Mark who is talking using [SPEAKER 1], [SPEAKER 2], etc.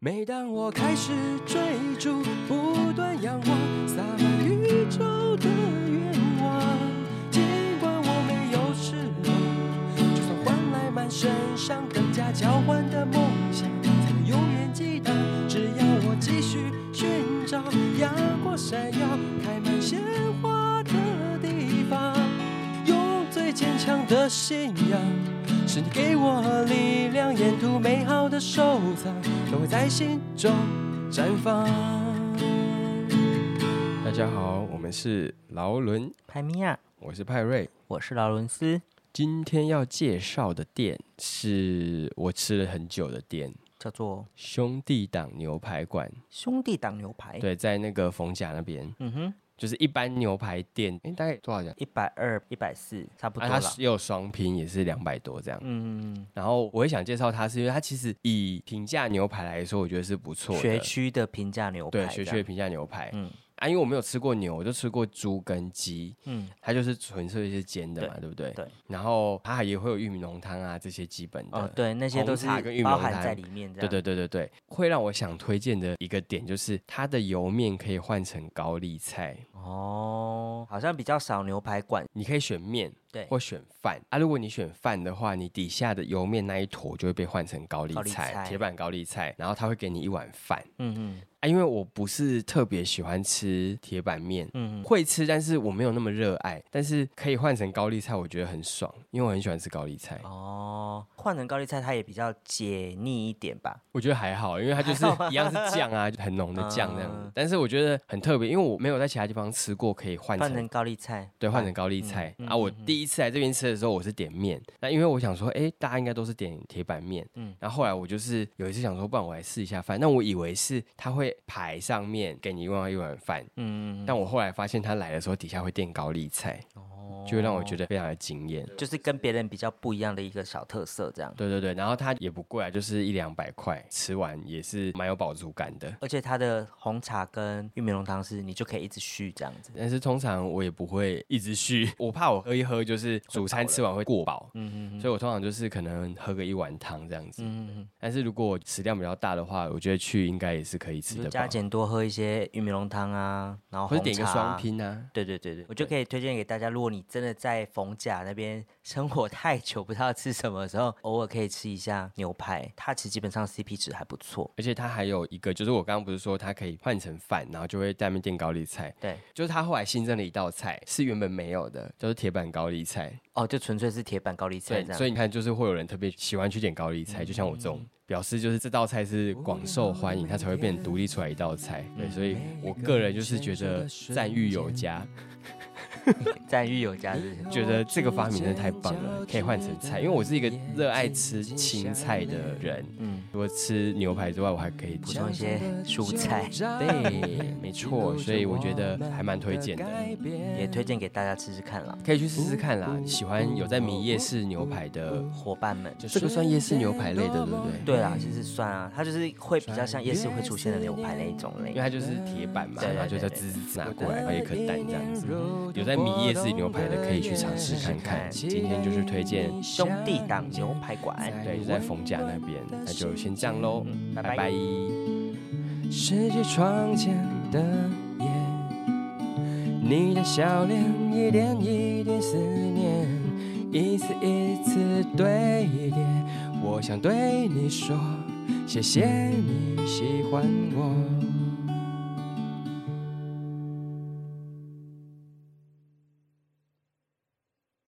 [SPEAKER 1] 每当我开始追逐，不断仰望，洒满宇宙的愿望。尽管我没有翅膀，就算换来满身伤，更加交换的梦想，才能永远记得。只要我继续寻找，阳光闪耀，开满鲜花的地方，用最坚强的信仰。是你给我力量，沿途美好的收藏都会在心中绽放。大家好，我们是劳伦，
[SPEAKER 2] 派米亚，
[SPEAKER 1] 我是派瑞。
[SPEAKER 2] 我是劳伦斯。
[SPEAKER 1] 今天要介绍的店是我吃了很久的店
[SPEAKER 2] 叫做
[SPEAKER 1] ——兄弟党牛排馆。
[SPEAKER 2] 兄弟党牛排。，
[SPEAKER 1] 对，在那个逢甲那边，
[SPEAKER 2] 嗯哼，
[SPEAKER 1] 就是一般牛排店，诶，大概多少钱？
[SPEAKER 2] 一百二、一百四，差不多
[SPEAKER 1] 啊，
[SPEAKER 2] 了
[SPEAKER 1] 它。是也有双拼，也是两百多这样。
[SPEAKER 2] 嗯，
[SPEAKER 1] 然后我也想介绍它，是因为它其实以平价牛排来说，我觉得是不错的。
[SPEAKER 2] 学区的平价牛排
[SPEAKER 1] 对
[SPEAKER 2] 这样。
[SPEAKER 1] 学区的平价牛排，
[SPEAKER 2] 嗯
[SPEAKER 1] 啊，因为我没有吃过牛，我就吃过猪跟鸡，
[SPEAKER 2] 嗯，
[SPEAKER 1] 它就是纯粹是煎的嘛，对不对？
[SPEAKER 2] 对。
[SPEAKER 1] 然后它还也会有玉米浓汤啊这些基本的。
[SPEAKER 2] 哦，对，那些
[SPEAKER 1] 红
[SPEAKER 2] 都是
[SPEAKER 1] 茶跟玉米
[SPEAKER 2] 包
[SPEAKER 1] 浓
[SPEAKER 2] 含
[SPEAKER 1] 汤
[SPEAKER 2] 在里面
[SPEAKER 1] 对
[SPEAKER 2] 这样。
[SPEAKER 1] 对对对对，会让我想推荐的一个点就是它的油面可以换成高丽菜，
[SPEAKER 2] 哦，好像比较少牛排馆。
[SPEAKER 1] 你可以选面
[SPEAKER 2] 对，
[SPEAKER 1] 或选饭啊。如果你选饭的话，你底下的油面那一坨就会被换成高丽
[SPEAKER 2] 高丽
[SPEAKER 1] 菜，
[SPEAKER 2] 菜
[SPEAKER 1] 铁板高丽菜，然后它会给你一碗饭
[SPEAKER 2] 嗯嗯
[SPEAKER 1] 啊。因为我不是特别喜欢吃铁板面，
[SPEAKER 2] 嗯嗯，
[SPEAKER 1] 会吃，但是我没有那么热爱。但是可以换成高丽菜，我觉得很爽，因为我很喜欢吃高丽菜。
[SPEAKER 2] 哦，换成高丽菜，它也比较解腻一点吧。
[SPEAKER 1] 我觉得还好，因为它就是一样是酱啊，很浓的酱这样子
[SPEAKER 2] 嗯。
[SPEAKER 1] 但是我觉得很特别，因为我没有在其他地方吃过可以换
[SPEAKER 2] 换
[SPEAKER 1] 成
[SPEAKER 2] 成高丽菜，
[SPEAKER 1] 对换成高丽菜、
[SPEAKER 2] 嗯嗯
[SPEAKER 1] 啊。我
[SPEAKER 2] 嗯嗯
[SPEAKER 1] 第一次来这边吃的时候，我是点面，那因为我想说，哎，大家应该都是点铁板面，嗯
[SPEAKER 2] 嗯。
[SPEAKER 1] 然后后来我就是有一次想说，不然我来试一下饭，那我以为是它会排上面给你一碗一碗饭，
[SPEAKER 2] 嗯，嗯
[SPEAKER 1] 但我后来发现它来的时候底下会垫高丽菜，
[SPEAKER 2] 嗯
[SPEAKER 1] 就会让我
[SPEAKER 2] 哦
[SPEAKER 1] 觉得非常的惊艳。
[SPEAKER 2] 就是跟别人比较不一样的一个小特色这样。
[SPEAKER 1] 对对对，然后它也不贵啊，就是一两百块，吃完也是蛮有饱足感的。
[SPEAKER 2] 而且它的红茶跟玉米浓汤是你就可以一直续这样子。
[SPEAKER 1] 但是通常我也不会一直续， 我怕我喝一喝就是主餐吃完会过饱，
[SPEAKER 2] 嗯嗯
[SPEAKER 1] 所以我通常就是可能喝个一碗汤这样子。
[SPEAKER 2] 嗯嗯，
[SPEAKER 1] 但是如果食量比较大的话，我觉得去应该也是可以吃
[SPEAKER 2] 你就
[SPEAKER 1] 得
[SPEAKER 2] 加
[SPEAKER 1] 饱，
[SPEAKER 2] 减多喝一些玉米浓汤啊，然后
[SPEAKER 1] 或
[SPEAKER 2] 红
[SPEAKER 1] 者
[SPEAKER 2] 茶。
[SPEAKER 1] 点一个双。拼啊。
[SPEAKER 2] 对对对对，我就可以推荐给大家，如果你真的在逢甲那边生活太久，不知道吃什么的时候，偶尔可以吃一下牛排，它其实基本上 CP 值还不错。
[SPEAKER 1] 而且它还有一个，就是我刚刚不是说它可以换成饭，然后就会在那边垫高丽菜，
[SPEAKER 2] 对，
[SPEAKER 1] 就是它后来新增了一道菜，是原本没有的，就是铁板高丽菜。
[SPEAKER 2] 哦，就纯粹是铁板高丽菜
[SPEAKER 1] 对
[SPEAKER 2] 这，样。嗯
[SPEAKER 1] 所以你看，就是会有人特别喜欢去点高丽菜，就像我这种，表示就是这道菜是广受欢迎，它才会变独立出来一道菜。对，所以我个人就是觉得赞誉有加，
[SPEAKER 2] 赞誉有加是不是
[SPEAKER 1] 觉得这个发明真的太棒了，可以换成菜，因为我是一个热爱吃青菜的人。
[SPEAKER 2] 嗯，
[SPEAKER 1] 除了吃牛排之外，我还可以补
[SPEAKER 2] 补充一些蔬菜，
[SPEAKER 1] 对，没错，所以我觉得还蛮推荐的，
[SPEAKER 2] 也推荐给大家吃吃看啦，
[SPEAKER 1] 可以去试试看啦。喜欢有在迷夜市牛排的，
[SPEAKER 2] 伙伴们。
[SPEAKER 1] 这个算夜市牛排类的，对不对？
[SPEAKER 2] 对啦，其实算啊，它就是会比较像夜市会出现的牛排那一种类
[SPEAKER 1] 因为。它就是铁板嘛，
[SPEAKER 2] 对对
[SPEAKER 1] 然后就
[SPEAKER 2] 对
[SPEAKER 1] 在
[SPEAKER 2] 对
[SPEAKER 1] 滋滋拿过来，然后一颗蛋这样子。有在米夜市牛排的可以去尝试看看。
[SPEAKER 2] 试
[SPEAKER 1] 今天就是推荐，
[SPEAKER 2] 兄弟党牛排馆，
[SPEAKER 1] 对，就在冯家那边，那就先这样喽，
[SPEAKER 2] 嗯拜
[SPEAKER 1] 拜
[SPEAKER 2] 拜
[SPEAKER 1] 拜。
[SPEAKER 3] 世界窗前的夜，你的笑脸一点一点思念，一次一次堆叠。我想对你说，谢谢你喜欢我。